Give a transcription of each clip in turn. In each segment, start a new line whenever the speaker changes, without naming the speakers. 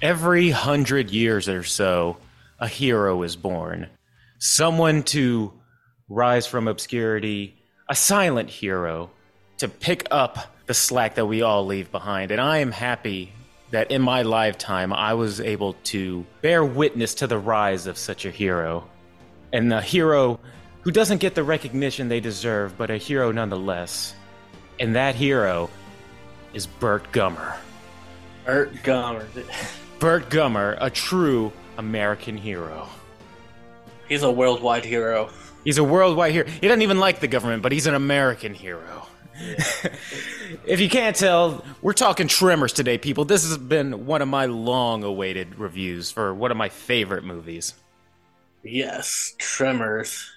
every hundred years or so, a hero is born. Someone to rise from obscurity, a silent hero to pick up the slack that we all leave behind. And I am happy that in my lifetime I was able to bear witness to the rise of such a hero. And a hero who doesn't get the recognition they deserve, but a hero nonetheless. And that hero is Bert Gummer.
Bert Gummer.
Bert Gummer, a true American hero.
He's a worldwide hero.
He's a worldwide hero. He doesn't even like the government, but he's an American hero. if you can't tell, we're talking Tremors today, people. This has been one of my long awaited reviews for one of my favorite movies.
Yes, Tremors.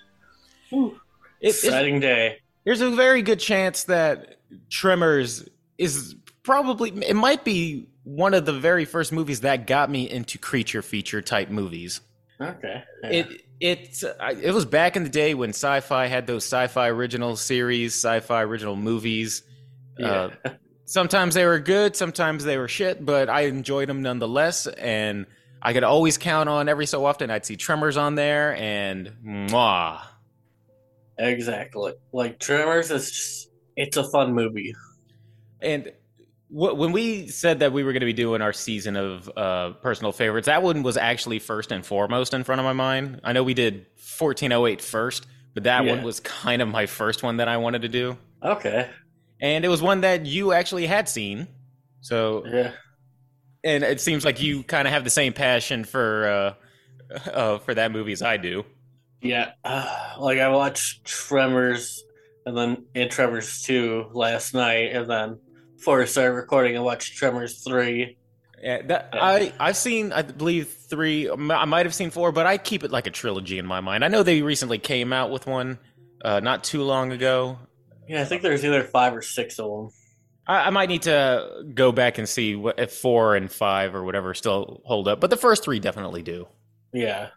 Ooh, exciting day.
There's a very good chance that Tremors is probably, it might be one of the very first movies that got me into creature feature type movies.
Okay. yeah.
It it it was back in the day when sci-fi had those sci-fi original series, sci-fi original movies. Uh, sometimes they were good, sometimes they were shit, but I enjoyed them nonetheless. And I could always count on every so often I'd see Tremors on there, and mwah.
exactly. Like Tremors is just, it's a fun movie.
And wh- when we said that we were going to be doing our season of uh, personal favorites, that one was actually first and foremost in front of my mind. I know we did 1408 first, but that
Yeah.
one was kind of my first one that I wanted to do.
Okay.
And it was one that you actually had seen. So,
Yeah.
and it seems like you kind of have the same passion for uh, uh, for that movie as I do.
Yeah. Uh, like I watched Tremors and then and Tremors 2 last night and then before I started recording I watched Tremors 3.
Yeah, that, I I've seen I believe three. I mi- I might have seen four, but I keep it like a trilogy in my mind. I know they recently came out with one uh, not too long ago.
Yeah, I think there's either 5 or 6 of them.
I, I might need to go back and see what, if four and five or whatever still hold up, but the first three definitely do.
Yeah.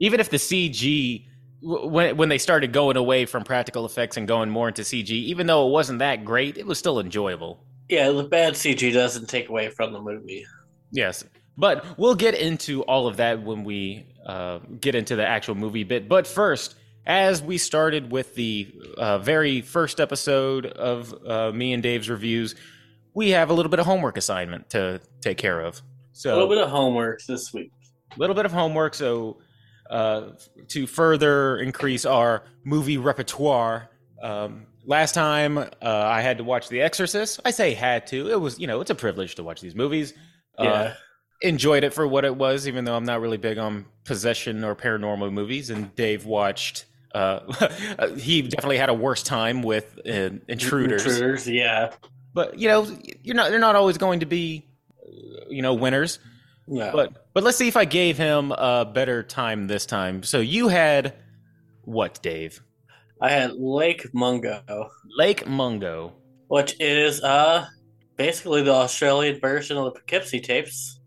Even if the CG w- when when they started going away from practical effects and going more into CG, even though it wasn't that great, it was still enjoyable.
Yeah, the bad CG doesn't take away from the movie.
Yes, but we'll get into all of that when we uh, get into the actual movie bit. But first, as we started with the uh, very first episode of uh, me and Dave's reviews, we have a little bit of homework assignment to take care of. So
A little bit of homework this week.
little bit of homework. So, uh, to further increase our movie repertoire, um, last time uh, I had to watch The Exorcist. I say had to. It was, you know, it's a privilege to watch these movies. Uh,
Yeah.
enjoyed it for what it was, even though I'm not really big on possession or paranormal movies. And Dave watched. Uh, he definitely had a worse time with uh, intruders
Intruders, yeah.
but you know you're not they're not always going to be uh, you know winners
No.
but but let's see if I gave him a better time this time. So you had what, Dave?
I had Lake Mungo,
Lake Mungo.
which is uh basically the Australian version of the Poughkeepsie tapes,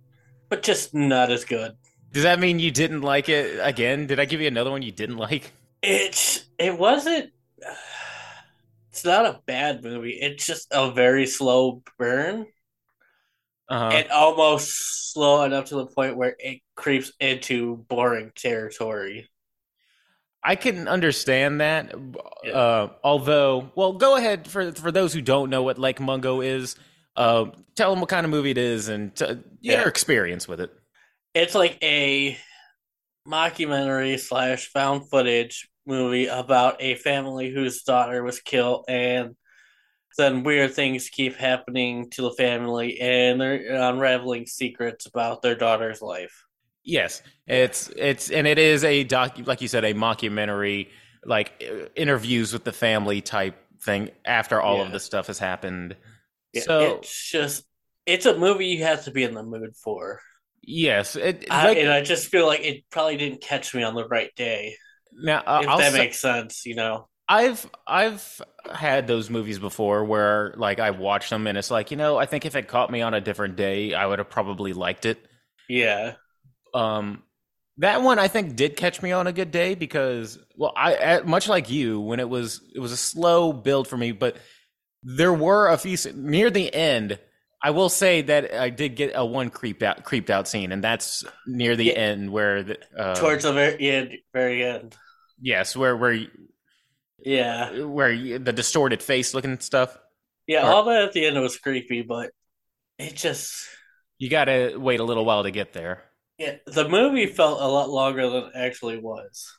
but just not as good.
Does that mean you didn't like it again? Did I give you another one you didn't like?
It's it wasn't it's not a bad movie. It's just a very slow burn.
Uh,
and almost slow enough to the point where it creeps into boring territory.
I can understand that.
Yeah.
Uh, although, well, go ahead for for those who don't know what Lake Mungo is. Uh, tell them what kind of movie it is and t-
Yeah.
your experience with it.
It's like a mockumentary slash found footage movie about a family whose daughter was killed and then weird things keep happening to the family and they're unraveling secrets about their daughter's life.
Yes, it's it's and it is a doc, like you said, a mockumentary, like uh, interviews with the family type thing after all of
Yeah.
this stuff has happened.
Yeah,
So
it's just it's a movie you have to be in the mood for.
yes, it,
I,
like-
and I just feel like it probably didn't catch me on the right day.
now uh,
if
I'll
that
say-
makes sense, you know.
I've I've had those movies before where like I watched them and it's like you know I think if it caught me on a different day I would have probably liked it.
Yeah.
um that one i think did catch me on a good day because well i I- much like you when it was it was a slow build for me but there were a few s- near the end I will say that I did get a one creeped out creeped out scene, and that's near the
Yeah.
end where the uh,
towards the very end, very end.
yes, where where
Yeah,
where you- the distorted face looking stuff.
yeah.
Or-
All that at the end was creepy, but it just
You gotta wait a little while to get there.
yeah. The movie felt a lot longer than it actually was.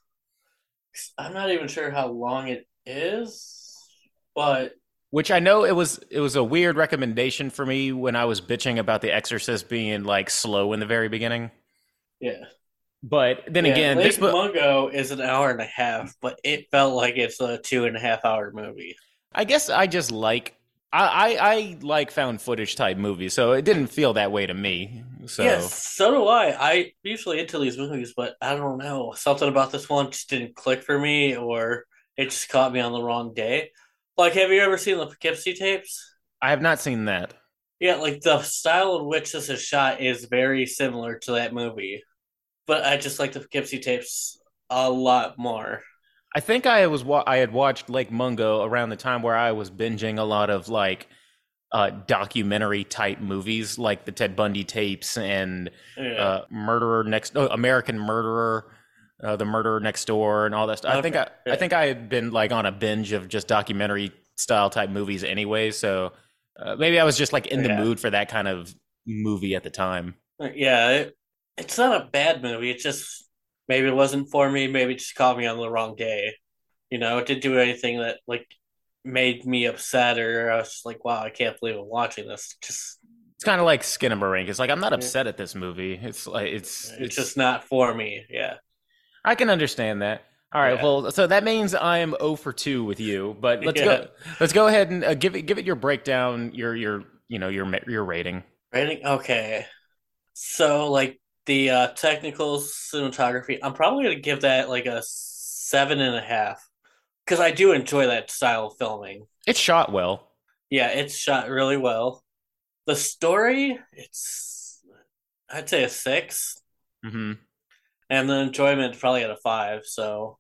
I'm not even sure how long it is, but
Which I know it was it was a weird recommendation for me when I was bitching about The Exorcist being like slow in the very beginning.
yeah.
But then
Yeah,
again,
Lake
this book
Mungo is an hour and a half, but it felt like it's a two and a half hour movie.
I guess I just like I, I I like found footage type movies, so it didn't feel that way to me. So
Yes, so do I. I usually into these movies, but I don't know. Something about this one just didn't click for me, or it just caught me on the wrong day. Like, have you ever seen the Poughkeepsie tapes?
I have not seen that.
Yeah, like the style in which this is shot is very similar to that movie, but I just like the Poughkeepsie tapes a lot more.
I think I was wa- I had watched Lake Mungo around the time where I was binging a lot of like uh, documentary type movies, like the Ted Bundy tapes and
Yeah.
uh, Murderer Next oh, American Murderer, uh, the Murderer Next Door, and all that stuff. I think I, I
Okay.
think I had been like on a binge of just documentary style type movies anyway, so uh, maybe I was just like in the
Yeah.
mood for that kind of movie at the time.
Yeah, it, it's not a bad movie. It just maybe it wasn't for me. Maybe it just caught me on the wrong day. You know, it didn't do anything that like made me upset or I was just like, wow, I can't believe I'm watching this. Just
It's kind of like Skinamarink. It's like I'm not
Yeah.
upset at this movie. It's like it's
it's just not for me. Yeah.
I can understand that. All right,
Yeah.
well, so that means I am 0 for 2 with you, but let's
Yeah.
go let's go ahead and uh, give it give it your breakdown, your your you know, your ma- your rating.
Rating? Okay. So like the uh technical cinematography, I'm probably gonna give that like a seven and a half. Because I do enjoy that style of filming.
It's shot well.
Yeah, it's shot really well. The story, it's I'd say a six,
Mhm.
and the enjoyment probably at a five. So,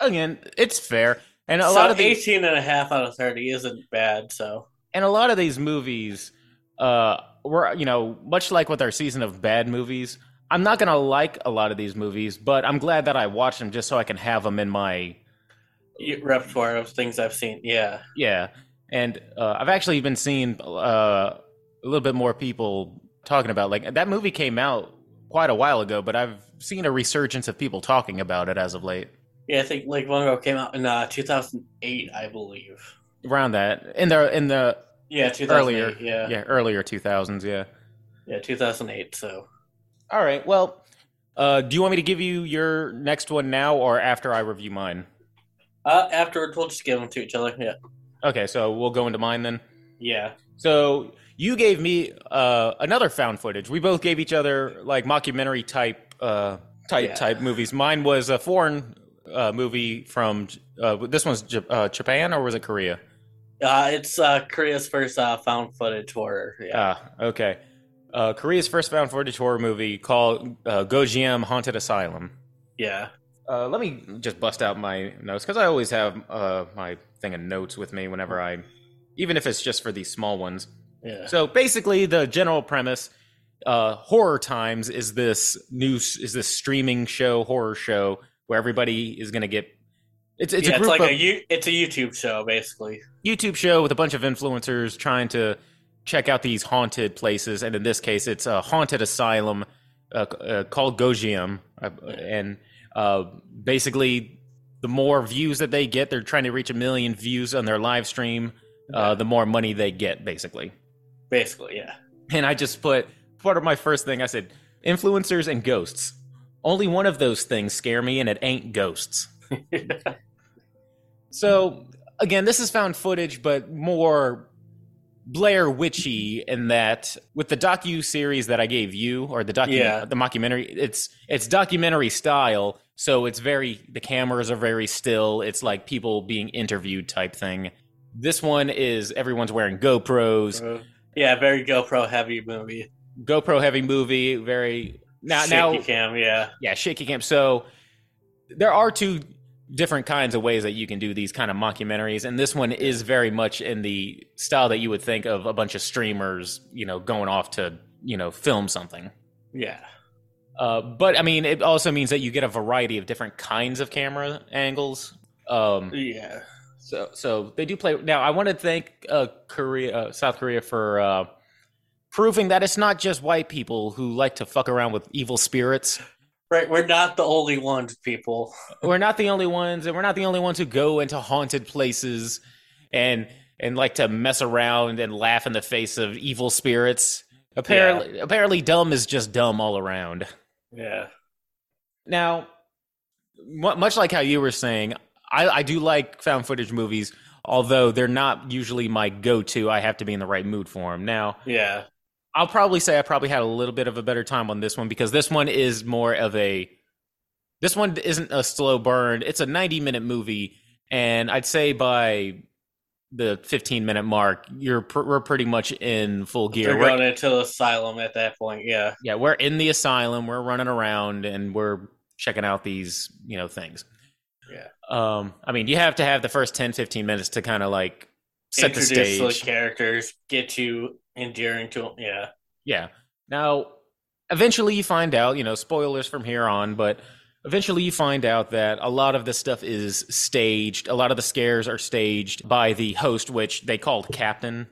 again, it's fair. And a
so
lot of these
18 and a half out of 30 isn't bad. So,
and a lot of these movies uh were you know, much like with our season of bad movies, I'm not going to like a lot of these movies, but I'm glad that I watched them just so I can have them in my
y- repertoire of things I've seen. Yeah.
yeah. And uh, I've actually been seeing uh, a little bit more people talking about like that movie came out quite a while ago, but I've seen a resurgence of people talking about it as of late.
Yeah, I think Lake Mungo came out in uh, 2008, I believe.
Around that in the in the
Yeah, 2008.
earlier
Yeah.
yeah earlier 2000s yeah.
Yeah, 2008. So,
All right. Well, uh, do you want me to give you your next one now or after I review mine?
uh, afterwards, we'll just give them to each other. Yeah.
Okay, so we'll go into mine then.
Yeah.
So you gave me uh, another found footage. We both gave each other like mockumentary type uh, type
Yeah.
type movies. Mine was a foreign uh, movie from uh, this one's J- uh, Japan or was it Korea?
Uh, it's uh, Korea's first uh, found footage horror. Yeah.
Ah, okay. Uh, Korea's first found footage horror movie called uh, Gojiam Haunted Asylum.
yeah.
Uh, let me just bust out my notes because I always have uh, my thing of notes with me whenever I, even if it's just for these small ones.
Yeah.
So basically, the general premise, uh, horror times is this new is this streaming show horror show where everybody is going to get. It's it's
yeah,
a
it's
group
like
of
a you it's a YouTube show basically.
YouTube show with a bunch of influencers trying to check out these haunted places, and in this case, it's a haunted asylum uh, uh, called Gojium, Uh, and uh, basically, the more views that they get, they're trying to reach a million views on their live stream. Uh, the more money they get, basically.
Basically, yeah.
And I just put part of my first thing. I said influencers and ghosts. Only one of those things scare me, and it ain't ghosts. So again, this is found footage, but more Blair Witchy in that with the docu series that I gave you, or the docu
Yeah.
the mockumentary, it's it's documentary style, so it's very the cameras are very still. It's like people being interviewed type thing. This one is everyone's wearing GoPros,
yeah, very GoPro heavy movie.
GoPro heavy movie, very now
Shaky
now
cam, yeah.
yeah shaky cam. So there are two different kinds of ways that you can do these kind of mockumentaries and this one is very much in the style that you would think of a bunch of streamers you know going off to you know film something
Yeah.
uh, but i mean it also means that you get a variety of different kinds of camera angles um,
Yeah.
so, so they do play. Now, I want to thank uh, Korea, uh, South Korea, for uh, proving that it's not just white people who like to fuck around with evil spirits.
Right. We're not the only ones, people.
We're not the only ones, and we're not the only ones who go into haunted places and and like to mess around and laugh in the face of evil spirits. Apparently, apparently, dumb is just dumb all around.
Yeah.
Now, mu- much like how you were saying, I, I do like found footage movies, although they're not usually my go to. I have to be in the right mood for them. Now,
Yeah.
I'll probably say I probably had a little bit of a better time on this one because this one is more of a. This one isn't a slow burn. It's a 90 minute movie. And I'd say by the 15 minute mark, you're pr- we're pretty much in full gear.
They're
We're-
going into the asylum at that point. Yeah.
yeah, we're in the asylum, we're running around and we're checking out these, you know, things.
Yeah.
Um, I mean, you have to have the first 10, 15 minutes to kind of like set the
Introduce
stage.
characters, get you endearing to them. Yeah.
yeah. Now, eventually you find out, you know, spoilers from here on, but eventually you find out that a lot of this stuff is staged. A lot of the scares are staged by the host, which they called Captain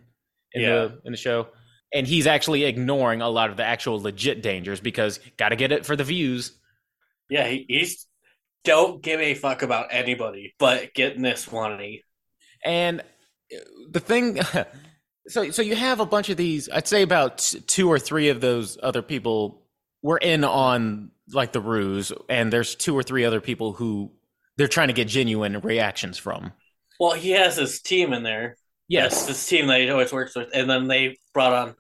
in,
Yeah.
the, in the show. And he's actually ignoring a lot of the actual legit dangers because got to get it for the views.
Yeah. He, he's don't give a fuck about anybody, but getting this money.
And uh, the thing, so so you have a bunch of these. I'd say about t- two or three of those other people were in on like the ruse, and there's two or three other people who they're trying to get genuine reactions from.
Well, he has his team in there. That's his team that he always works with, and then they brought on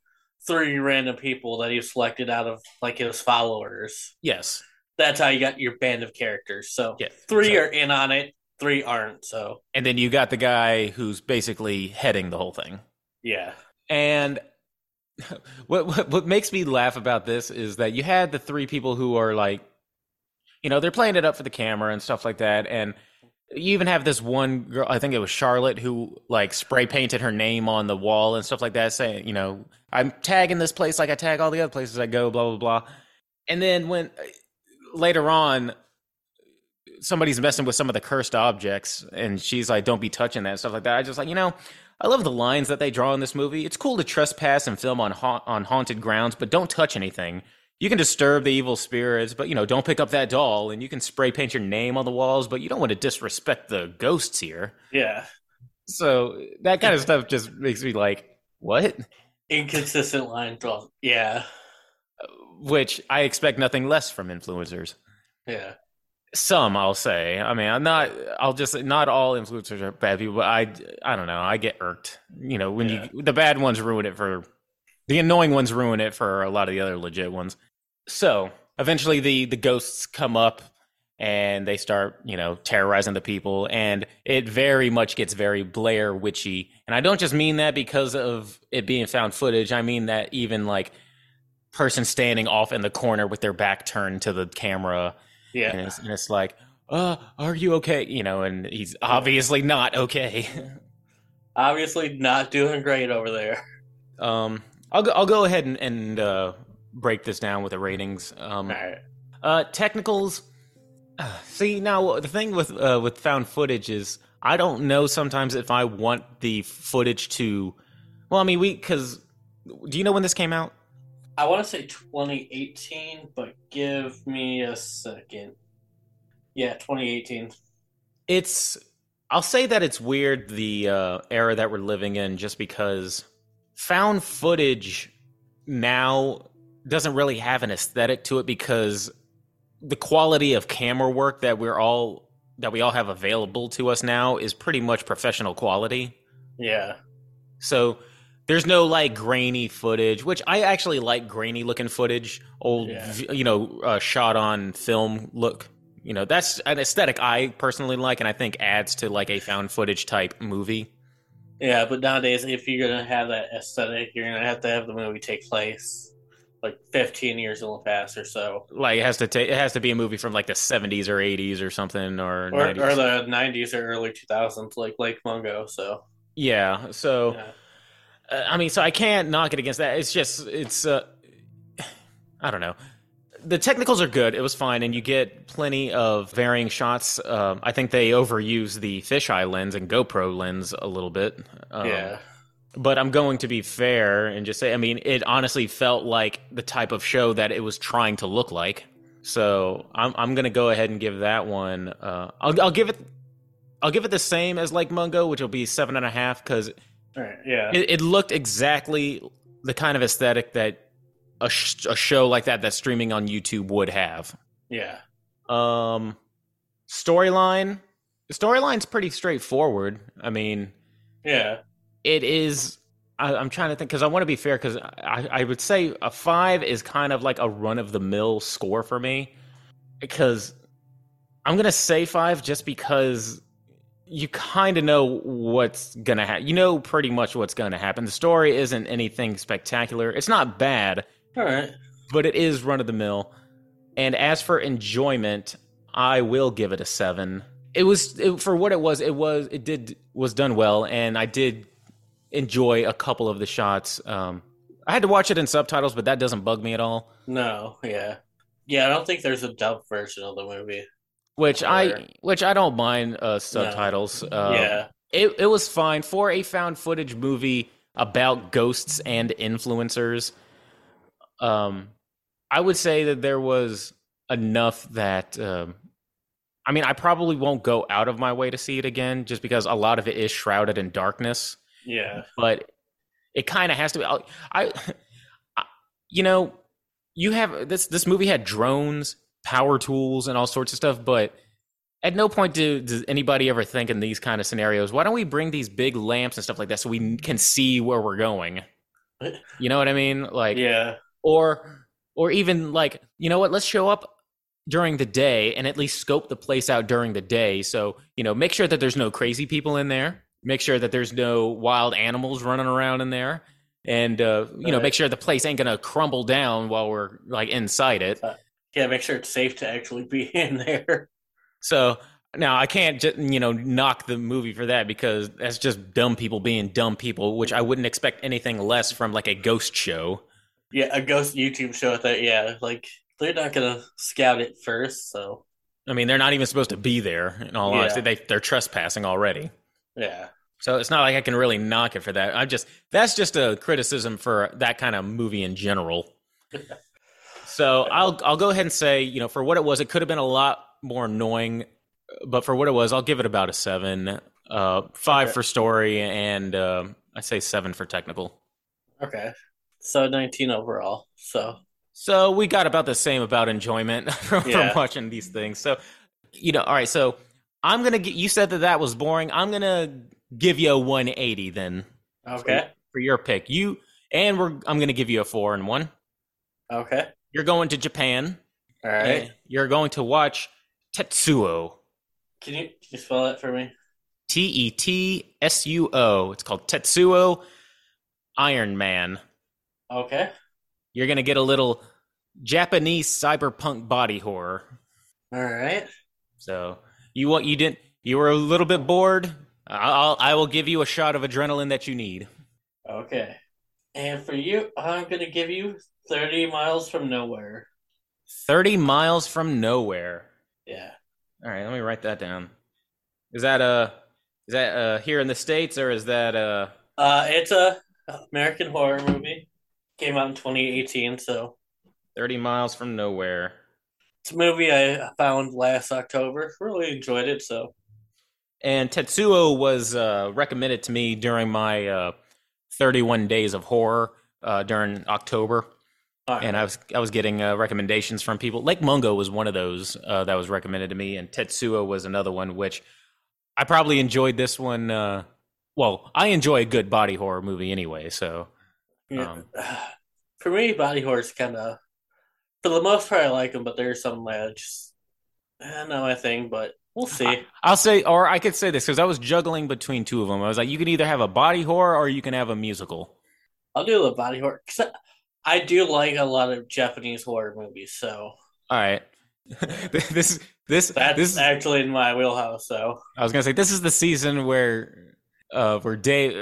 three random people that he selected out of like his followers.
yes,
That's how you got your band of characters. So
yeah.
three
So-
are in on it, three aren't. So
and then you got the guy who's basically heading the whole thing.
yeah,
And what, what what makes me laugh about this is that you had the three people who are like, you know, they're playing it up for the camera and stuff like that, and you even have this one girl, I think it was Charlotte, who like spray painted her name on the wall and stuff like that, saying, you know, I'm tagging this place like I tag all the other places I go, blah blah blah. And then when uh, later on, somebody's messing with some of the cursed objects, and she's like, "Don't be touching that," and stuff like that. I just like, you know, I love the lines that they draw in this movie. It's cool to trespass and film on ha- on haunted grounds, but don't touch anything. You can disturb the evil spirits, but you know, don't pick up that doll. And you can spray paint your name on the walls, but you don't want to disrespect the ghosts here.
yeah.
So that kind of stuff just makes me like, what?
Inconsistent line draw. Yeah,
Uh, Which I expect nothing less from influencers.
yeah,
Some, I'll say. I mean, I'm not. I'll just not all influencers are bad people. But I, I don't know. I get irked. You know, when you the bad ones ruin it for the annoying ones ruin it for a lot of the other legit ones. So eventually, the the ghosts come up and they start, you know, terrorizing the people, and it very much gets very Blair witchy. And I don't just mean that because of it being found footage. I mean that even like person standing off in the corner with their back turned to the camera and
yeah.
it's, and it's like, uh, are you okay? You know, and he's obviously not okay.
Obviously not doing great over there.
Um, I'll go, I'll go ahead and, and uh, break this down with the ratings.
All
Um,
right.
uh, technicals. uh, See now the thing with uh, with found footage is I don't know sometimes if I want the footage to. Well, I mean we because do you know when this came out?
I want to say 2018, but give me a second. Yeah, 2018.
it's i'll say that it's weird the uh, era that we're living in just because found footage now doesn't really have an aesthetic to it because the quality of camera work that we're all that we all have available to us now is pretty much professional quality
Yeah,
so there's no like grainy footage, which I actually like grainy looking footage, old
Yeah.
v you know, uh, shot on film look. You know, that's an aesthetic I personally like, and I think adds to like a found footage type movie.
yeah. But nowadays, if you're gonna have that aesthetic, you're gonna have to have the movie take place like 15 years in the past or so,
Like it has to take it has to be a movie from like the 70s or 80s or something or,
or,
90s.
or the 90s or early 2000s, like Lake Mungo. So,
yeah. So
yeah.
Uh, I mean, so I can't knock it against that. It's just, it's, uh, I don't know. The technicals are good. It was fine, and you get plenty of varying shots. Um, I think they overuse the fisheye lens and GoPro lens a little bit. Um,
yeah.
But I'm going to be fair and just say, I mean, it honestly felt like the type of show that it was trying to look like. So I'm I'm gonna go ahead and give that one. Uh, I'll I'll give it, I'll give it the same as like Mungo, which will be seven and a half because
All right. Yeah.
it, it looked exactly the kind of aesthetic that a, sh- a show like that that's streaming on YouTube would have.
yeah.
Um, storyline, storyline's pretty straightforward. I mean,
Yeah.
it is. I, I'm trying to think because I want to be fair because I, I would say a five is kind of like a run of the mill score for me because I'm gonna say five just because you kind of know what's gonna happen. You know pretty much what's gonna happen. The story isn't anything spectacular. It's not bad,
All right.
but it is run of the mill. And as for enjoyment, I will give it a seven. It was it, for what it was. It was it did was done well, and I did enjoy a couple of the shots. Um, I had to watch it in subtitles, but that doesn't bug me at all.
No. Yeah. Yeah. I don't think there's a dub version of the movie.
Which
Sure.
I which I don't mind uh, subtitles. Um,
yeah.
it it was fine for a found footage movie about ghosts and influencers. Um, I would say that there was enough that um, I mean, I probably won't go out of my way to see it again, just because a lot of it is shrouded in darkness.
Yeah.
But it kind of has to be. I, I, I- you know, you have this. This movie had drones, power tools, and all sorts of stuff, but at no point do, does anybody ever think in these kind of scenarios why don't we bring these big lamps and stuff like that so we can see where we're going you know what i mean like
yeah.
or or even like you know what let's show up during the day and at least scope the place out during the day so you know make sure that there's no crazy people in there make sure that there's no wild animals running around in there and uh, you know
Right.
make sure the place ain't gonna crumble down while we're like inside it
Yeah. Make sure it's safe to actually be in there.
So now I can't just you know knock the movie for that because that's just dumb people being dumb people, which I wouldn't expect anything less from like a ghost show.
Yeah. A ghost YouTube show at that. Yeah. Like they're not going to scout it first. So,
I mean, they're not even supposed to be there. In all
Yeah.
honesty, they they're trespassing already.
yeah.
So it's not like I can really knock it for that. I just that's just a criticism for that kind of movie in general. so I'll I'll go ahead and say you know for what it was, it could have been a lot more annoying, but for what it was, I'll give it about a seven, uh, five
Okay.
for story, and um I say seven for technical.
Okay. So 19 overall. So,
So we got about the same about enjoyment from,
Yeah.
from watching these things. So, you know, all right. So I'm gonna get. You said that that was boring. I'm gonna give you a 180 then
okay.
for your pick. You and we're. I'm gonna give you a four and one.
Okay.
You're going to Japan.
All right.
and You're going to watch Tetsuo.
Can you, can you spell that for me?
T E T S U O. It's called Tetsuo Iron Man.
Okay.
You're gonna get a little Japanese cyberpunk body horror.
All right.
So you want you didn't you were a little bit bored. I- I'll I will give you a shot of adrenaline that you need.
Okay. And for you, I'm going to give you 30 miles from nowhere.
Thirty miles from nowhere.
Yeah.
All right, let me write that down. Is that uh is that uh here in the states or is that uh
Uh, it's a American horror movie. Came out in 2018, so
thirty miles from nowhere?
it's a movie I found last October. Really enjoyed it. So
And Tetsuo was uh, recommended to me during my uh, 31 days of horror uh, during October.
All right.
and I was I was getting uh, recommendations from people. Lake Mungo was one of those uh, that was recommended to me, and Tetsuo was another one, which I probably enjoyed this one. Uh, well, I enjoy a good body horror movie anyway, so um,
for me, body horror's kind of for the most part I like them, but there's some that I just eh, not my thing. But we'll see.
I'll say, or I could say this because I was juggling between two of them. I was like, you can either have a body horror or you can have a musical.
I'll do the body horror. 'Cause I, I do like a lot of Japanese horror movies, so
All right. this is this
that's
this is, I
actually in my wheelhouse. So
was gonna say this is the season where uh where Dave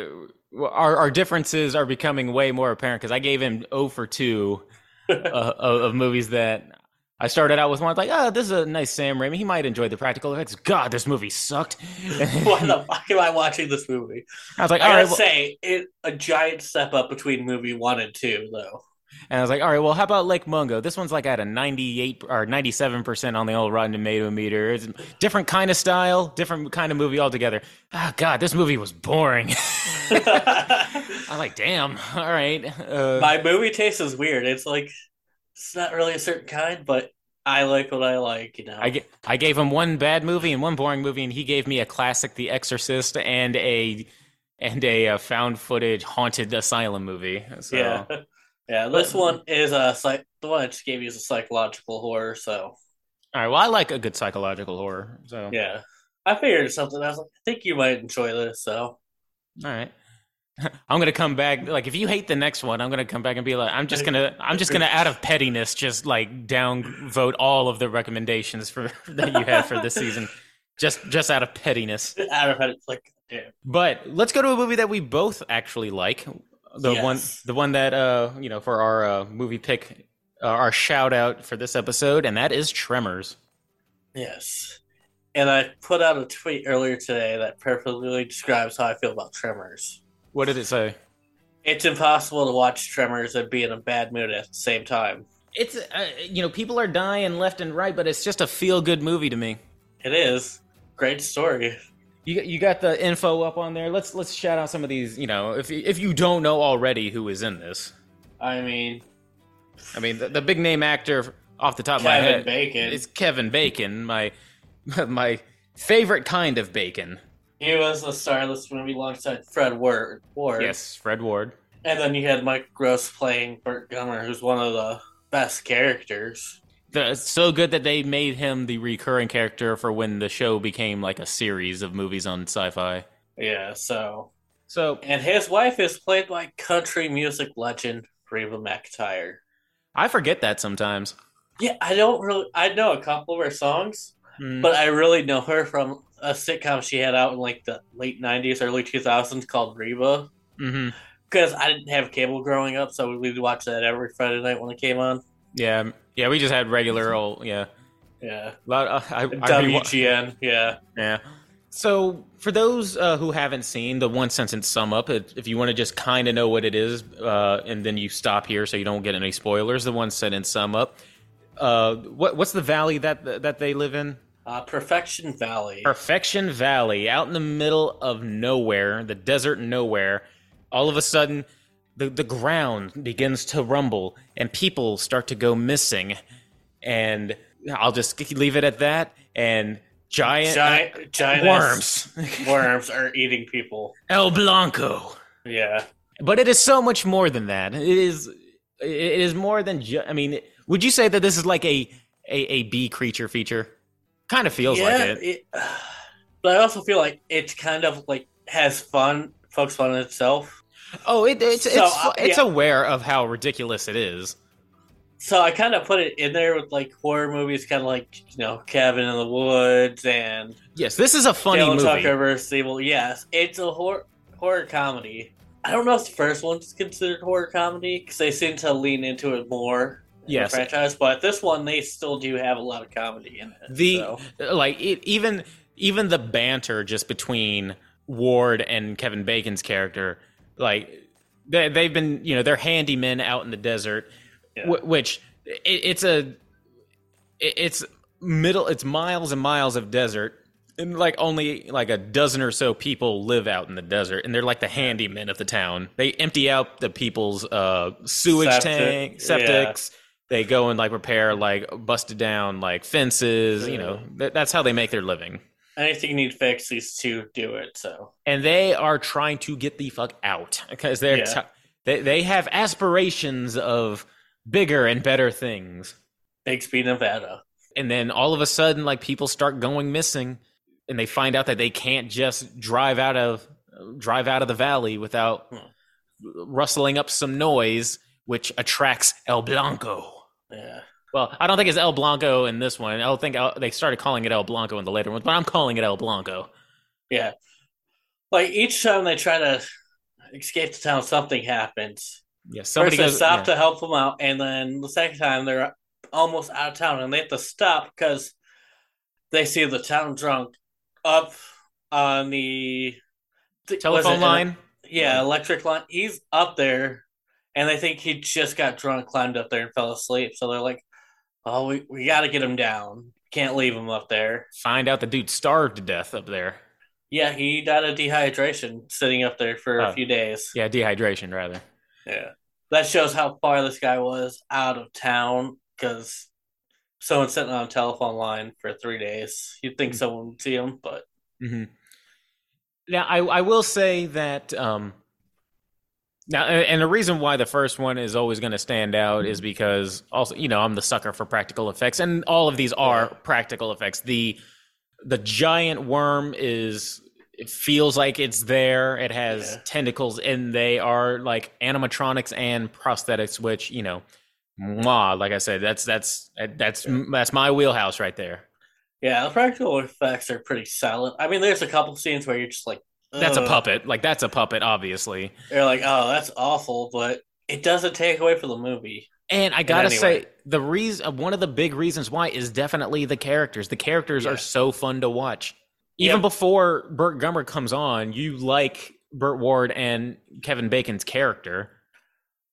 our our differences are becoming way more apparent because I gave him O for two uh, of, of movies that I started out with one like oh this is a nice Sam Raimi he might enjoy the practical effects God this movie sucked
why the fuck am I watching this movie?
I was like
I
all
gotta
right well,
say, it a giant step up between movie one and two, though.
and I was like all right well how about Lake Mungo this one's like at a ninety eight or ninety seven percent on the old Rotten Tomato meter it's a different kind of style different kind of movie altogether ah God this movie was boring I'm like damn all right uh,
my movie taste is weird. It's like it's not really a certain kind, but I like what I like, you know.
I, ga- I gave him one bad movie and one boring movie, and he gave me a classic, The Exorcist, and a and a uh, found footage haunted asylum movie. So,
yeah, yeah. This one is a psych. The one I just gave you is a psychological horror, so
All right. Well, I like a good psychological horror. So
yeah. I figured something. I was like, I think you might enjoy this, so
All right. I'm gonna come back. Like, if you hate the next one, I'm gonna come back and be like, I'm just gonna, I'm just gonna, out of pettiness, just like downvote all of the recommendations for that you have for this season, just just out of pettiness.
out of it, it's like, damn.
But let's go to a movie that we both actually like. The one,
Yes.
the one that uh, you know, for our uh, movie pick, uh, our shout out for this episode, and that is Tremors.
Yes. And I put out a tweet earlier today that perfectly describes how I feel about Tremors.
What did it say?
It's impossible to watch Tremors and be in a bad mood at the same time.
It's uh, you know, people are dying left and right, but it's just a feel good movie to me.
It is great story.
You, you got the info up on there. Let's let's shout out some of these. You know, if you- if you don't know already who is in this,
I mean,
I mean, the, the big name actor off the top of my
Kevin
head
Bacon.
is Kevin Bacon, my my favorite kind of bacon.
He was the star of this movie alongside Fred Ward. Ward.
Yes, Fred Ward.
And then you had Mike Gross playing Burt Gummer, who's one of the best characters.
The, it's so good that they made him the recurring character for when the show became like a series of movies on sci-fi.
Yeah, so.
So
And his wife is played by country music legend Reba McIntyre.
I forget that sometimes.
Yeah, I don't really. I know a couple of her songs,
Mm.
but I really know her from a sitcom she had out in like the late 90s, early 2000s called Reba.
Mhm.
Because I didn't have cable growing up, so we'd watch that every Friday night when it came on.
Yeah, yeah. We just had regular old yeah.
Yeah.
Lot- uh, I, I rewa-
WGN, yeah.
Yeah. So, for those uh, who haven't seen the one sentence sum up, if if you want to just kind of know what it is, uh, and then you stop here so you don't get any spoilers, the one sentence sum up. Uh, what what's the valley that that they live in?
Uh, Perfection Valley.
Perfection Valley, out in the middle of nowhere, the desert nowhere. All of a sudden, the, the ground begins to rumble and people start to go missing. And I'll just leave it at that. And giant,
Giant, giant
uh, worms,
worms are eating people.
El Blanco.
Yeah.
But it is so much more than that. It is it is more than ju- I mean, would you say that this is like a a, a bee creature feature? Kind of feels
yeah,
like it.
it- But I also feel like it's kind of like has fun, focused on itself.
Oh, it, it's
So,
it's
uh,
it's
yeah.
aware of how ridiculous it is.
So I kind of put it in there with like horror movies, kind of like you know Cabin in the Woods and
Yes, this is a funny
Dale
movie.
Tucker versus Evil. Yes, it's a horror horror comedy. I don't know if the first one's considered horror comedy because they seem to lean into it more. in
Yes.
the franchise, but this one they still do have a lot of comedy in it.
The
so.
like it, even even the banter just between Ward and Kevin Bacon's character, like they, they've been you know they're handymen out in the desert,
Yeah.
wh- which it, it's a it, it's middle it's miles and miles of desert. And like only like a dozen or so people live out in the desert, and they're like the handymen of the town. They empty out the people's uh, sewage
Septic,
tank,
yeah.
septics, they go and like repair like busted down like fences you know Th- that's how they make their living
anything need fixed, these two do it. So
and they are trying to get the fuck out because they're
Yeah.
ti- they, they have aspirations of bigger and better things
Bixby, Nevada.
and then all of a sudden like people start going missing and they find out that they can't just drive out of drive out of the valley without
Hmm.
rustling up some noise
which attracts El Blanco.
Yeah.
Well, I don't think it's El Blanco in this one. I don't think El- they started calling it El Blanco in the later ones, but I'm calling it El Blanco.
Yeah. Like each time they try to escape the town, something happens.
Yeah, somebody
First,
goes
they stop
yeah.
to help them out, and then the second time they're almost out of town, and they have to stop because they see the town drunk up on the th- was
Telephone
it-
line.
yeah, electric line. He's up there, and they think he just got drunk, climbed up there, and fell asleep. So they're like, "Oh, we we got to get him down. Can't leave him up there."
Find out the dude starved to death up there.
Yeah, he died of dehydration sitting up there for
Oh.
a few days.
Yeah, dehydration rather.
Yeah. That shows how far this guy was out of town because someone's sitting on a telephone line for three days. You'd think
Hmm.
Mhm.
someone would see him, but
hmm
Now, I, I will say that um, now, and and the reason why the first one is always going to stand out is because also, you know, I'm the sucker for practical effects, and all of these are practical effects. the The giant worm is it feels like it's there. It has
Yeah.
tentacles, and they are like animatronics and prosthetics, which you know, mwah, like I said, that's that's that's that's my wheelhouse right there.
yeah, the practical effects are pretty solid. I mean, there's a couple scenes where you're just like,
That's a
"Ugh."
puppet, like that's a puppet, obviously.
You're like, oh, that's awful, but it doesn't take away from the movie.
And I gotta
anyway.
say, the reason one of the big reasons why is definitely the characters. The characters
Yeah.
are so fun to watch. Even
Yep.
before Burt Gummer comes on, you like Burt Ward and Kevin Bacon's character.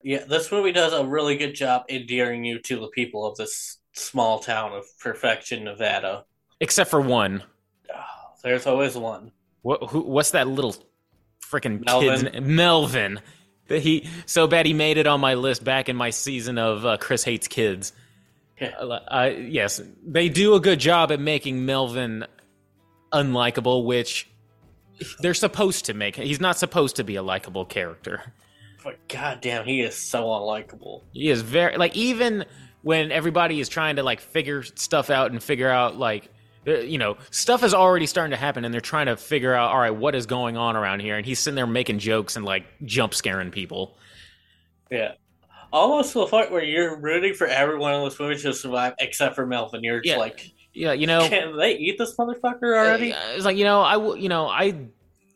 Yeah, this movie does a really good job endearing you to the people of this small town of perfection, Nevada.
Except for one.
Oh, there's always one.
What, who, what's that little freaking kid's
Melvin.
name? Melvin. That he so bad he made it on my list back in my season of uh, Chris hates kids.
Yeah.
Uh, I- yes, they do a good job at making Melvin unlikable, which they're supposed to make. He's not supposed to be a likable character.
But goddamn, he is so unlikable.
He is very like even when everybody is trying to like figure stuff out and figure out like uh, you know stuff is already starting to happen and they're trying to figure out all right what is going on around here and he's sitting there making jokes and like jump scaring people.
Yeah. Almost to the point where you're rooting for everyone in this movie to survive except for Melvin. You're just
Yeah.
like,
Yeah, you know
can they eat this motherfucker already?
Uh, It's like you know, I w- you know, I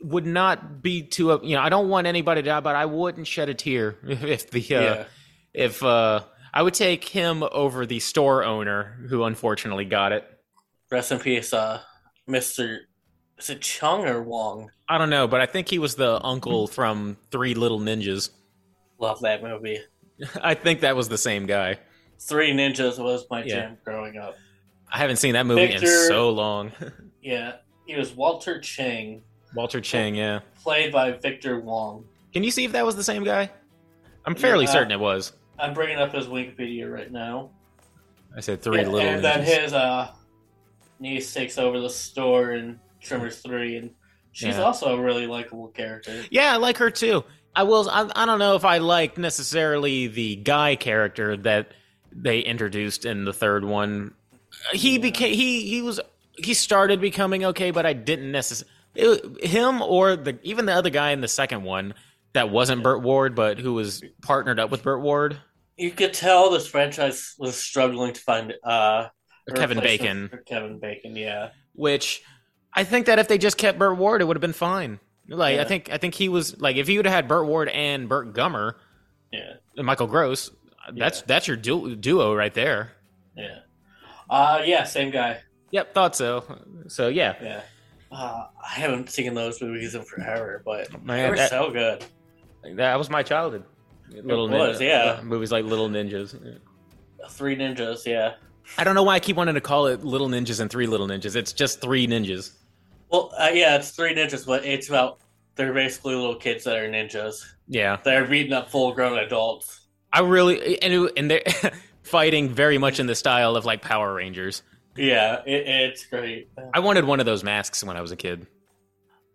would not be too up. You know, I don't want anybody to die, but I wouldn't shed a tear if, if the uh,
yeah.
if uh, I would take him over the store owner who unfortunately got it.
Rest in peace, uh, Mr. Is it Chung or Wong?
I don't know, but I think he was the uncle from Three Little Ninjas.
Love that movie.
I think that was the same guy.
Three Ninjas was my
Yeah.
jam growing up.
I haven't seen that movie
Victor-
in so long.
Yeah. He was Walter Chang,
Walter Chang, yeah.
played by Victor Wong.
Can you see if that was the same guy? I'm fairly
Yeah. uh,
certain it was.
I'm bringing up his Wikipedia right now.
I said Three
Yeah,
Little
and then
Ninjas.
his uh, niece takes over the store in Tremors 3, and she's
Yeah.
also a really likable character.
Yeah, I like her too. I will. I, I don't know if I like necessarily the guy character that they introduced in the third one. He
Yeah.
became he he was he started becoming okay, but I didn't necessarily him or the even the other guy in the second one that wasn't Burt Ward, but who was partnered up with Burt Ward,
You could tell this franchise was struggling to find uh, a
Kevin
replacement
Bacon,
For Kevin Bacon, yeah.
which I think that if they just kept Burt Ward, it would have been fine. Like I
Yeah.
think I think he was like if you would have had Burt Ward and Burt Gummer,
Yeah,
and Michael Gross. That's
Yeah.
that's your du- duo right there.
yeah. Uh, yeah, same guy.
Yep, thought so. So yeah,
Yeah. Uh, I haven't seen those movies in forever, but they
man,
were
that,
so good.
that was my childhood. Little
was, yeah.
movies like Little Ninjas.
Three Ninjas, yeah.
I don't know why I keep wanting to call it Little Ninjas and Three Little Ninjas. It's just three ninjas.
Well, uh, yeah, it's Three Ninjas, but it's about they're basically little kids that are ninjas.
Yeah,
They're beating up full grown adults.
I really and it- and they're fighting very much in the style of like Power Rangers.
Yeah, it, it's great.
I wanted one of those masks when I was a kid.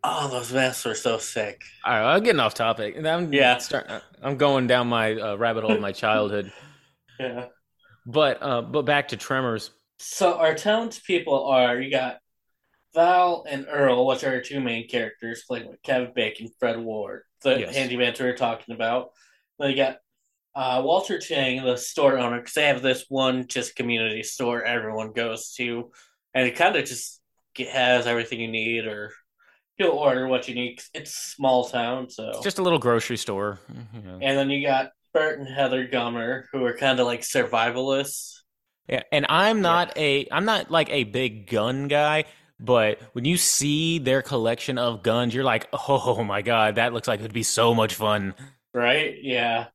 Oh, those masks are so sick.
All right, I'm getting off topic. And I'm
Yeah.
start, uh, I'm going down my uh, rabbit hole of my childhood.
Yeah.
But uh, but back to Tremors.
So our townspeople are you got Val and Earl, which are our two main characters, played with Kevin Bacon, Fred Ward, the
Yes.
handyman we were talking about. Then you got uh, Walter Chang, the store owner, because they have this one just community store everyone goes to, and it kind of just get, has everything you need, or you'll order what you need. 'cause It's a small town, so
It's just a little grocery store. you know.
and then you got Bert and Heather Gummer, who are kind of like survivalists.
Yeah, and I'm not a I'm not like a big gun guy, but when you see their collection of guns, you're like, "Oh my god, that looks like it'd be so much fun."
Right? Yeah.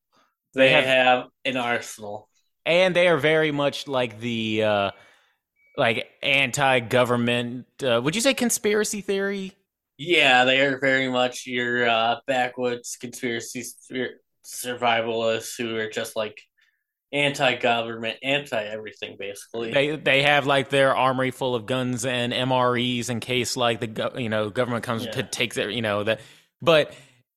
They
have-
have, an arsenal.
And they are very much like the uh like anti-government uh, would you say conspiracy theory?
Yeah, they are very much your uh, backwoods conspiracy spir- survivalists who are just like anti government, anti everything, basically.
They they have like their armory full of guns and MREs in case like the go- you know government comes to
Yeah.
take their you know that. But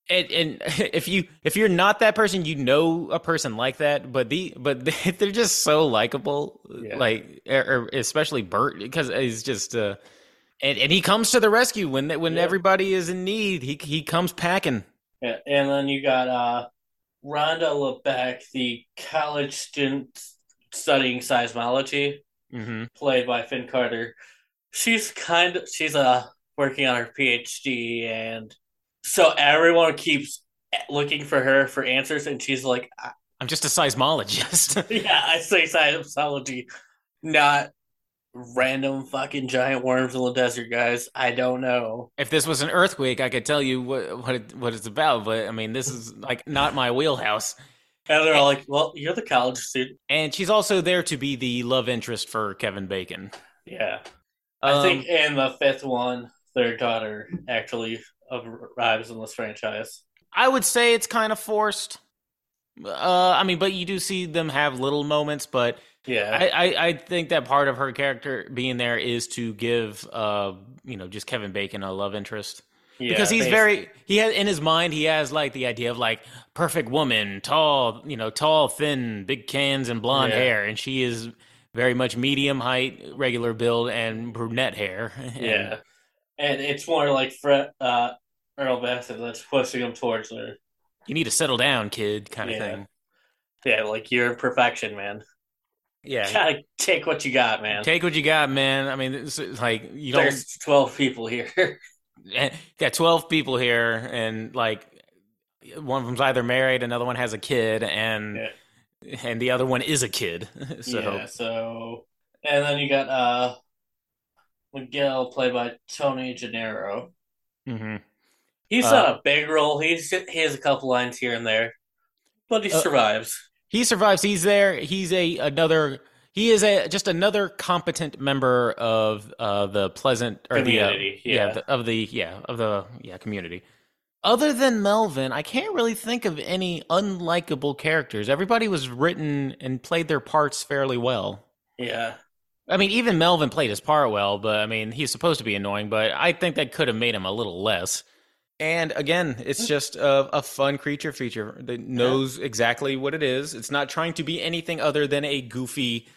it, and if you if you're not that person, you know a person like that. But the but they're just so likable,
Yeah.
like or, or especially Bert because he's just uh, and and he comes to the rescue when when
Yeah.
everybody is in need. He he comes packing.
Yeah, and then you got uh, Rhonda LeBeck, the college student studying seismology.
Mm-hmm.
played by Finn Carter. She's kind of she's uh working on her PhD, and so everyone keeps looking for her for answers, and she's like, "I-
I'm just a seismologist.
"Yeah, I say seismology, not random fucking giant worms in the desert, guys. I don't know."
if this was an earthquake, I could tell you what what it, what it's about. But I mean, this is like not my wheelhouse.
And they're all like, "Well, you're the college student."
And she's also there to be the love interest for Kevin Bacon.
Yeah, I
Um,
think in the fifth one, their daughter actually arrives in this franchise.
I would say it's kind of forced. Uh, I mean, but you do see them have little moments. But
Yeah,
I, I, I think that part of her character being there is to give uh, you know just Kevin Bacon a love interest. because
Yeah,
he's
basi-
very he has in his mind he has like the idea of like perfect woman tall you know tall thin big cans and blonde
Yeah.
hair and she is very much medium height regular build and brunette hair And-
Yeah, and it's more like Fred, uh, Earl Bassett that's pushing him towards her.
you need to settle down kid kind of
Yeah.
thing
Yeah, like you're perfection, man.
yeah
Gotta take what you got, man.
take what you got man i mean it's like you don't eh,
There's twelve people here.
got 12 people here and like one of them's either married another one has a kid and and the other one is a kid so
yeah, so and then you got uh Miguel played by Tony Gennaro.
mhm.
He's
Uh,
not a big role. He's just, he has a couple lines here and there, but he
Uh,
survives.
he survives he's there he's a another he is a just another competent member of uh the pleasant or
Community,
the, uh, yeah,
yeah.
the, of the yeah of the yeah community other than melvin i can't really think of any unlikable characters everybody was written and played their parts fairly well
Yeah,
i mean even melvin played his part well but i mean he's supposed to be annoying but i think that could have made him a little less Hmm. and again, it's just a, a fun creature feature that knows exactly what it is. It's not trying to be anything other than a goofy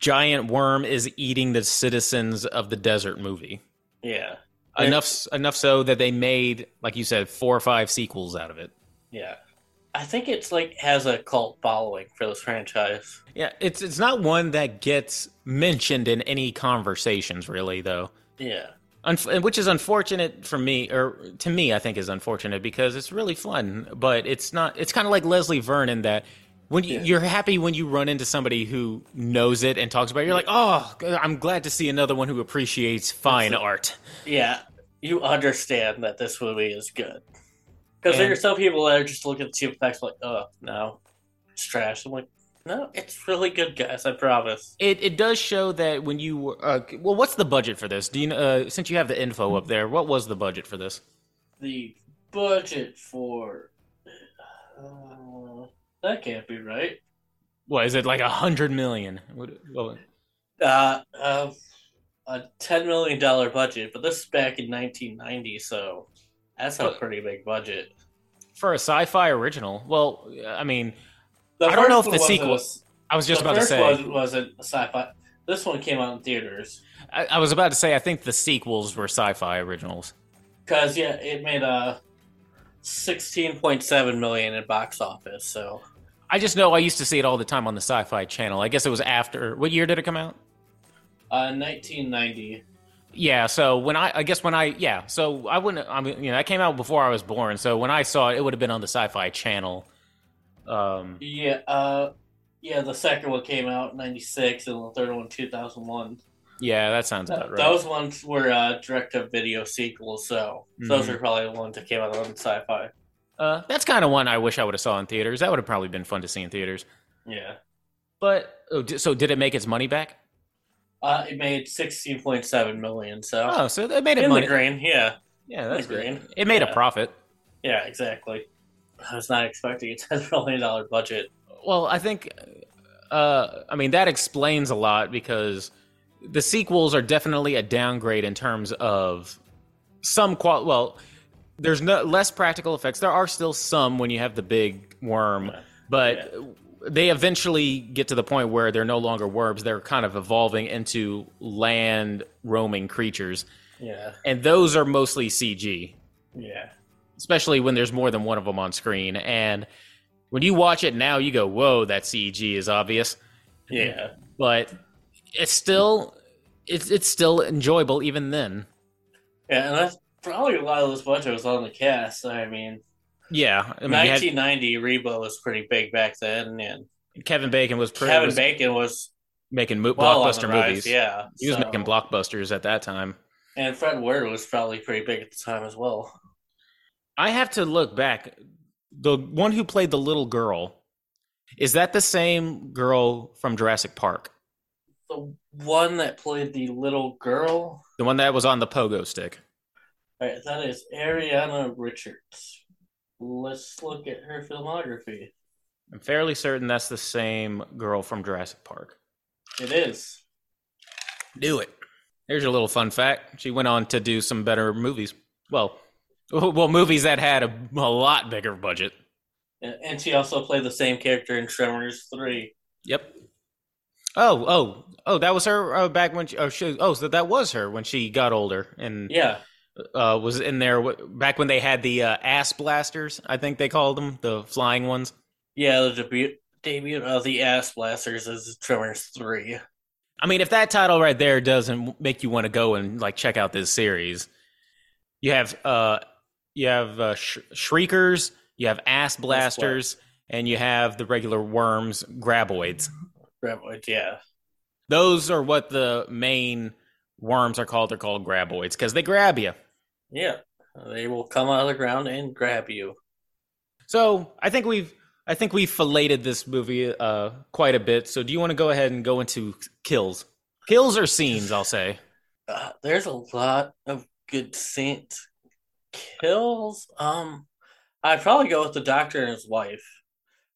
giant worm is eating the citizens of the desert movie.
yeah, Yeah.
Enough s- enough so that they made, like you said, four or five sequels out of it.
yeah. I think it's like has a cult following for this franchise.
Yeah, it's it's not one that gets mentioned in any conversations really though.
Yeah.
Unf- which is unfortunate for me or to me i think is unfortunate because it's really fun but it's not it's kind of like leslie vernon that when you,
Yeah.
you're happy when you run into somebody who knows it and talks about it you're like oh i'm glad to see another one who appreciates fine
That's
art
Yeah, you understand that this movie is good. Because
And-
there are some people that are just looking at the cheap effects like, oh, no, it's trash. I'm like, no, it's really good, guys, I promise.
it, it does show that when you uh, well what's the budget for this do you know, uh, since you have the info up there what was the budget for this
The budget for. Uh, that can't be right.
what is it like a hundred million what, what,
Uh, uh, a $10 million budget, but this is back in 1990, so that's a
But-
pretty big budget.
for a sci-fi original well i mean
The
I don't know
first
if the
one wasn't
sequel-
a s-
i was just
the
about to
first
say
one wasn't a sci-fi. This one came out in theaters.
I, I was about to say I think the sequels were sci-fi originals.
Cause yeah, uh, it made a sixteen point seven million in box office. So
I just know I used to see it all the time on the Sci-Fi Channel. I guess it was after. What year did it come out?
Uh, 1990.
Yeah, so when I, I guess when I, yeah, so I wouldn't, I mean, you know, that came out before I was born. So when I saw it, it would have been on the Sci-Fi Channel. Um,
Yeah, uh, yeah, the second one came out in 96 and the third one 2001.
yeah, that sounds
Th-
about right.
Those ones were uh, direct to video sequels, so
Mm-hmm.
those are probably the ones that came out on sci fi.
uh, that's kind of one I wish I would have saw in theaters. That would have probably been fun to see in theaters.
Yeah.
But oh, di- so did it make its money back?
Uh, it made 16.7 million, so
Oh, so it made it
in
money.
the green, yeah.
yeah, that's
the
great.
green.
It made a
Yeah.
profit.
Yeah, exactly. I was not expecting a $10 million budget.
Well, I think, uh, I mean, that explains a lot because the sequels are definitely a downgrade in terms of some qual. Well, there's no less practical effects. There are still some when you have the big worm, but they eventually get to the point where they're no longer worms. They're kind of evolving into land roaming creatures,
Yeah,
and those are mostly CG
yeah.
especially when there's more than one of them on screen. And when you watch it now, you go, "Whoa, that CG is obvious,"
Yeah.
but it's still it's it's still enjoyable even then.
Yeah, and that's probably a lot of this budget was on the cast. I mean,
Yeah, I mean, you had-
1990 Rebo was pretty big back then, and
Kevin Bacon was, pretty,
Kevin
was
Bacon was
making mo-
well on the
blockbuster
rise,
movies.
Yeah,
he was
so-
making blockbusters at that time.
and Fred Ward was probably pretty big at the time as well.
I have to look back. The one who played the little girl is that the same girl from Jurassic Park,
The one that played the little girl,
the one that was on the pogo stick.
Alright, that is Ariana Richards. Let's look at her filmography.
I'm fairly certain that's the same girl from Jurassic Park.
It is.
Do it. Here's your little fun fact. She went on to do some better movies. Well, well, movies that had a, a lot bigger budget.
And and she also played the same character in Tremors 3.
Yep. Oh, oh, oh! That was her uh, back when she. Oh, she, oh, so that was her when she got older and
Yeah,
uh, was in there w- back when they had the uh, ass blasters. I think they called them the flying ones.
yeah, the debut debut of the Ass Blasters is Tremors 3.
I mean, if that title right there doesn't make you want to go and like check out this series, you have uh, you have uh, sh- shriekers, you have ass blasters, and you have the regular worms, graboids.
Graboid, yeah.
Those are what the main worms are called. They're called graboids because they grab you.
Yeah. They will come out of the ground and grab you.
So I think we've I think we've filleted this movie uh, quite a bit. So do you want to go ahead and go into kills, kills or scenes? I'll say.
Uh, there's a lot of good scenes. Kills. Um, I'd probably go with the doctor and his wife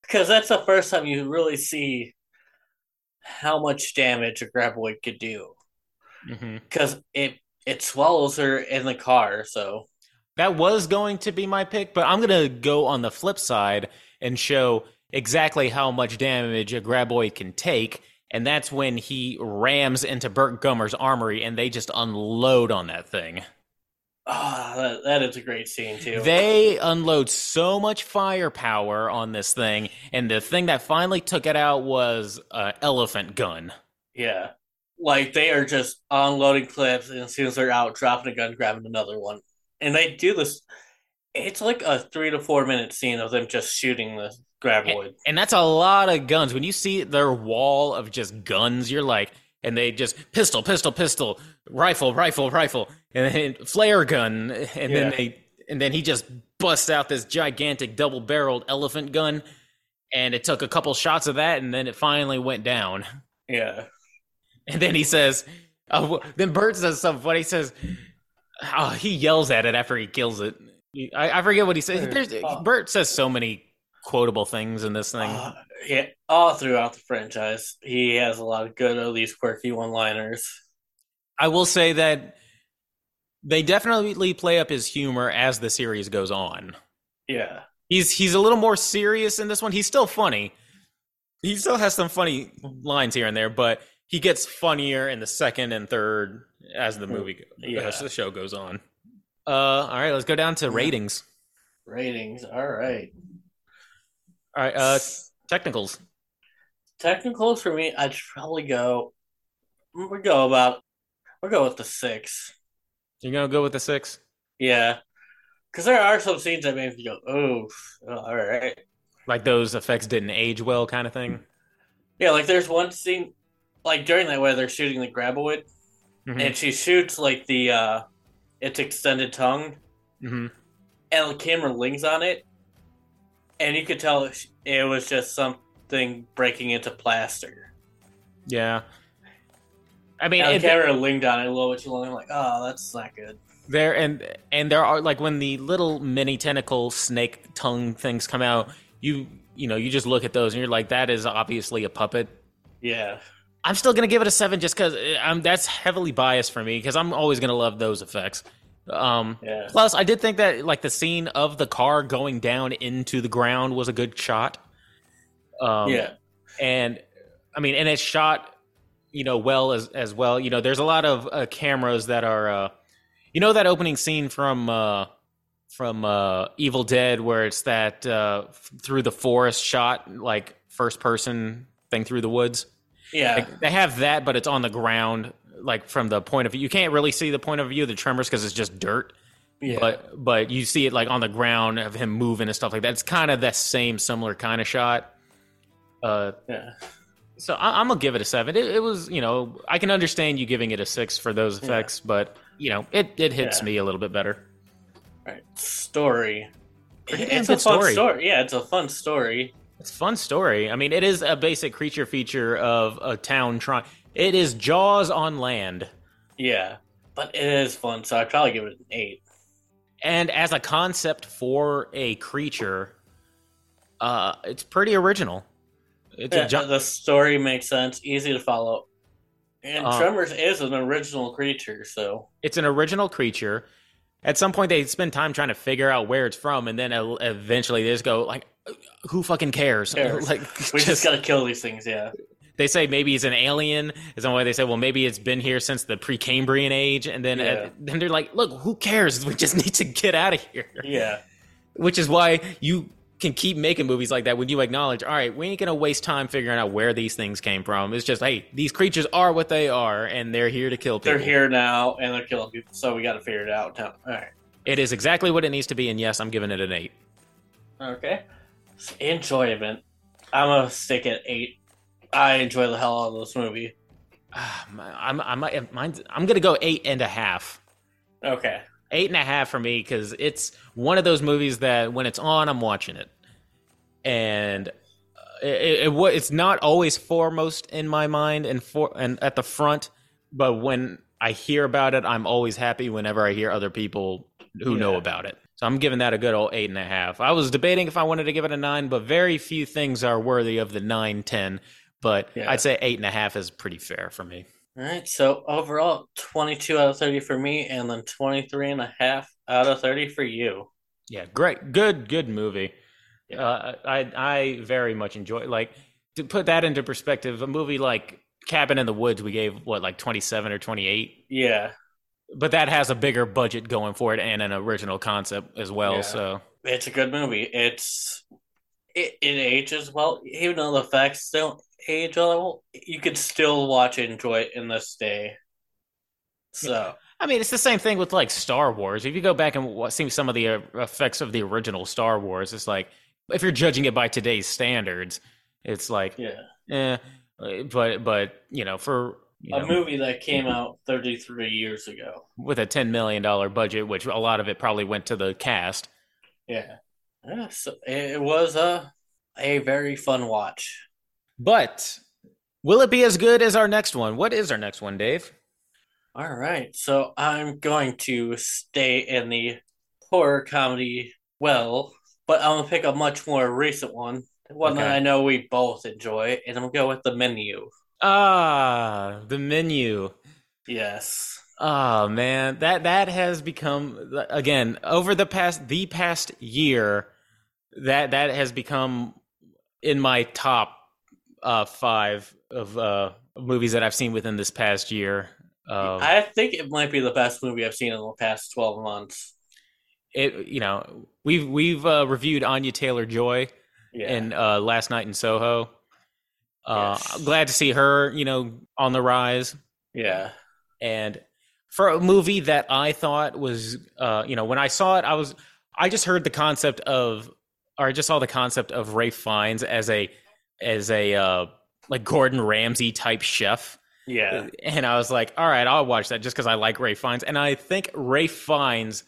because that's the first time you really see how much damage a graboid could do.
Mm-hmm.
Because it it swallows her in the car. So
That was going to be my pick, but I'm going to go on the flip side and show exactly how much damage a graboid can take. And that's when he rams into Burt Gummer's armory and they just unload on that thing.
ah, that, that is a great scene too.
They unload so much firepower on this thing. And the thing that finally took it out was an elephant gun.
yeah, like they are just unloading clips, and as soon as they're out, dropping a gun, grabbing another one, and they do this. It's like a three to four minute scene of them just shooting the graboid.
And that's a lot of guns. When you see their wall of just guns, you're like, and they just pistol, pistol, pistol, rifle, rifle, rifle, and then flare gun, and then
Yeah.
they, and then he just busts out this gigantic double-barreled elephant gun, and it took a couple shots of that, and then it finally went down.
Yeah.
And then he says, uh, wh- then Bert says something funny. He says, oh, he yells at it after he kills it. I, I forget what he says.
Bert,
There's,
oh.
Bert says so many quotable things in this thing.
Uh, yeah. All throughout the franchise, he has a lot of good, at least quirky one liners.
I will say that they definitely play up his humor as the series goes on.
Yeah.
He's he's a little more serious in this one. He's still funny. He still has some funny lines here and there, but he gets funnier in the second and third as the movie
Yeah.
as the show goes on. Uh, all right, let's go down to ratings.
Ratings. All right.
All right, uh, Technicals.
Technicals for me, I'd probably go. We'll go about. We'll go with the six.
You're gonna go with the six.
Yeah, because there are some scenes that made me go, "Oh, all right."
Like those effects didn't age well, kind of thing.
Yeah, like there's one scene, like during that where they're shooting the graboid,
Mhm.
and she shoots like the uh its extended tongue,
Mhm.
and the camera lings on it, and you could tell it- it was just something breaking into plaster.
Yeah. I mean,
And
it-
the camera linged on it a little bit too long. I'm like, oh, that's not good.
there and and there are like when the little mini tentacle snake tongue things come out, you you know you just look at those and you're like, that is obviously a puppet.
Yeah,
I'm still gonna give it a seven just because I'm that's heavily biased for me because I'm always gonna love those effects. Um,
yeah,
Plus, I did think that like the scene of the car going down into the ground was a good shot. Um,
yeah.
and I mean, and it's shot, you know, well as as well. You know, there's a lot of uh, cameras that are, uh, you know, that opening scene from uh, from uh, Evil Dead where it's that uh, f- through the forest shot, like first person thing through the woods.
Yeah,
Like, they have that, but it's on the ground, like from the point of view. You can't really see the point of view of the tremors because it's just dirt
yeah,
but but you see it like on the ground of him moving and stuff like that. It's kind of that same similar kind of shot. Uh,
yeah,
so I, I'm gonna give it a seven. It, it was you know I can understand you giving it a six for those
Yeah.
effects, but you know it it hits
Yeah.
me a little bit better.
All right. Story.
Pretty damn
It's a
good
fun
story.
story. Yeah, it's a fun story.
It's a fun story. I mean, it is a basic creature feature of a town trying. It is Jaws on land.
Yeah, but it is fun, so I'd probably give it an eight.
and as a concept for a creature uh it's pretty original it's
Yeah,
a jo-
the story makes sense, easy to follow. And
Uh,
Tremors is an original creature, so
it's an original creature at some point they spend time trying to figure out where it's from and then el- eventually they just go like who fucking cares,
Cares.
like
we just, gotta kill these things. Yeah,
they say maybe it's an alien is some way they say well maybe it's been here since the precambrian age and then uh,
Yeah.
then they're like look who cares we just need to get out of here
yeah,
which is why you can keep making movies like that when you acknowledge, all right, we ain't gonna waste time figuring out where these things came from. It's just, hey, these creatures are what they are, and they're here to kill people.
they're here now and they're killing people, so we gotta figure it out. Now. All right,
It is exactly what it needs to be, and yes, I'm giving it an eight.
okay. Enjoyment. I'm gonna stick at eight. I enjoy the hell out of this movie.
Ah, my- I'm, I'm, I'm, mine's- I'm gonna go eight and a half.
Okay,
Eight and a half for me because it's one of those movies that when it's on, I'm watching it, and uh, it, it, it wa- it's not always foremost in my mind and for and at the front, but when I hear about it, I'm always happy whenever I hear other people who know
Yeah.
about it. So I'm giving that a good old eight and a half. I was debating if I wanted to give it a nine, but very few things are worthy of the nine ten. But
Yeah.
I'd say eight and a half is pretty fair for me.
all right. So overall, 22 out of 30 for me, and then 23 and a half out of 30 for you.
Yeah, great, good, good movie.
Yeah.
Uh, I I very much enjoy. Like to put that into perspective, a movie like Cabin in the Woods, we gave what like twenty seven or twenty eight,
Yeah,
but that has a bigger budget going for it and an original concept as well.
Yeah.
So
it's a good movie. It's it, it ages well, even though the facts don't age well. You could still watch it, enjoy it in this day. So
I mean, it's the same thing with like Star Wars. If you go back and wa- see some of the uh, effects of the original Star Wars, it's like if you're judging it by today's standards, it's like
yeah,
eh. uh, But but you know for you
a
know,
movie that came out 33 years ago.
with a ten million dollar budget, which a lot of it probably went to the cast.
Yeah, yeah so it it was a a very fun watch.
But will it be as good as our next one? What is our next one, Dave?
All right, so I'm going to stay in the horror comedy well, but I'm gonna pick a much more recent one, one that
Okay.
I know we both enjoy, and I'm gonna go with the menu.
Ah, the menu.
Yes.
Oh man, that that has become again over the past the past year that that has become in my top uh 5 of uh movies that I've seen within this past year. Um,
I think it might be the best movie I've seen in the past 12 months.
it you know, we've we've uh, reviewed Anya Taylor-Joy
Yeah.
in uh, Last Night in Soho. Uh,
Yes.
I'm Glad to see her, you know, on the rise.
yeah.
And for a movie that I thought was, uh, you know, when I saw it, I was, I just heard the concept of, or I just saw the concept of Ray Fiennes as a, as a uh, like Gordon Ramsay type chef.
Yeah.
And I was like, all right, I'll watch that just because I like Ray Fiennes. And I think Ray Fiennes,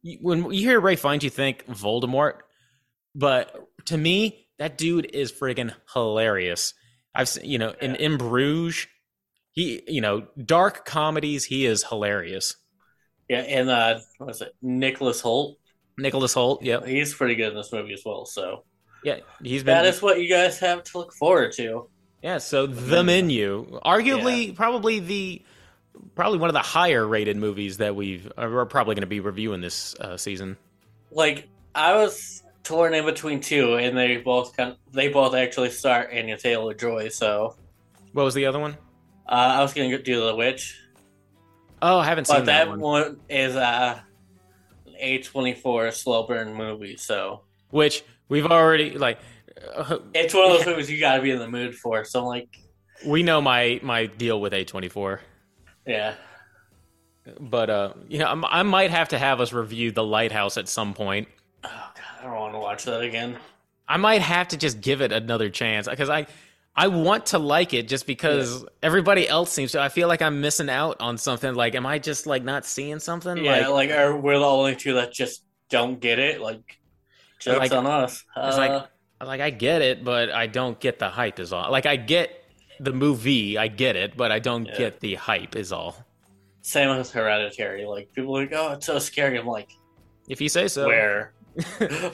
you- when you hear Ray Fiennes, you think Voldemort. But to me, that dude is friggin' hilarious. I've seen, you know, in, in Bruges, he, you know, dark comedies, he is hilarious.
Yeah. And uh, what was it? Nicholas Holt.
Nicholas Holt, yep.
He's pretty good in this movie as well. So
Yeah, he's been.
that is what you guys have to look forward to.
yeah, so The Menu, arguably, probably the. Probably one of the higher rated movies that we've uh, we're probably going to be reviewing this uh, season.
Like I was torn in between two, and they both kind of, they both actually start Anya Taylor Joy. So
What was the other one?
uh, I was gonna go do the witch,
Oh, I haven't
but
seen that,
that,
one.
one is uh, an A twenty four slow burn movie. So
Which we've already like. uh,
it's one of those movies you got to be in the mood for. So I'm like,
we know my my deal with A twenty four,
yeah,
but uh, you know, I'm, I might have to have us review The Lighthouse at some point.
oh god, I don't want to watch that again.
I might have to just give it another chance because I I want to like it just because everybody else seems to. I feel like I'm missing out on something. Like, am I just like not seeing something?
Yeah,
Like,
like, are we're the only two that just don't get it. Like, jokes
Like-
on us.
it's
Uh,
like like I get it, but I don't get the hype. Is all. Like I get the movie, I get it, but I don't
Yeah.
get the hype. Is all.
same as Hereditary. Like people are like, oh, it's so scary. I'm like,
If you say so.
where,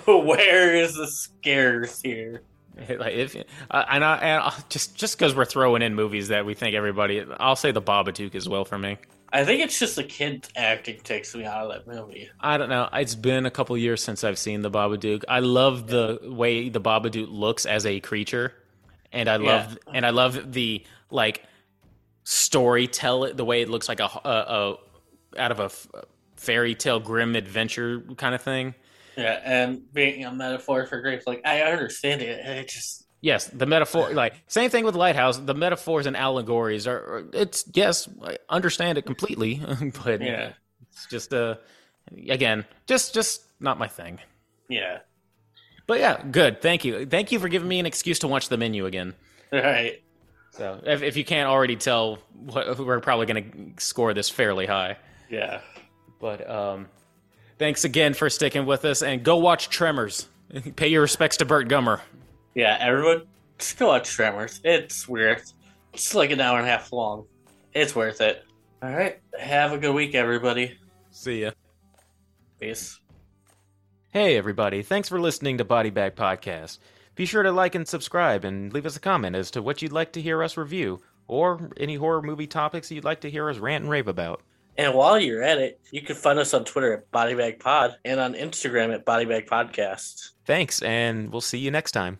where is the scares here?
like if uh, and I and I, just just because we're throwing in movies that we think everybody, I'll say the Babadook as well for me.
I think it's just the kid acting takes me out of that movie.
I don't know. It's been a couple years since I've seen the Babadook. I love the way the Babadook looks as a creature, and I love and I love the like storytell the way it looks like a, a, a out of a f- fairy tale grim adventure kind of thing.
Yeah, and being a metaphor for grief, like I understand it. and It just
Yes, the metaphor, like same thing with lighthouse. The metaphors and allegories are, are- it's yes, I understand it completely, but
Yeah.
it's just uh, again, just just not my thing.
yeah.
But yeah, good. Thank you, thank you for giving me an excuse to watch the menu again.
All right.
So if, if you can't already tell, what, we're probably going to score this fairly high.
Yeah.
But um, thanks again for sticking with us, and go watch Tremors. Pay your respects to Bert Gummer.
Yeah, everyone, just go watch Tremors. It's weird. It's like an hour and a half long. It's worth it. All right. Have a good week, everybody.
See ya.
Peace.
Hey, everybody. Thanks for listening to Body Bag Podcast. Be sure to like and subscribe and leave us a comment as to what you'd like to hear us review or any horror movie topics you'd like to hear us rant and rave about.
And while you're at it, you can find us on Twitter at BodybagPod and on Instagram at BodybagPodcast.
Thanks, and we'll see you next time.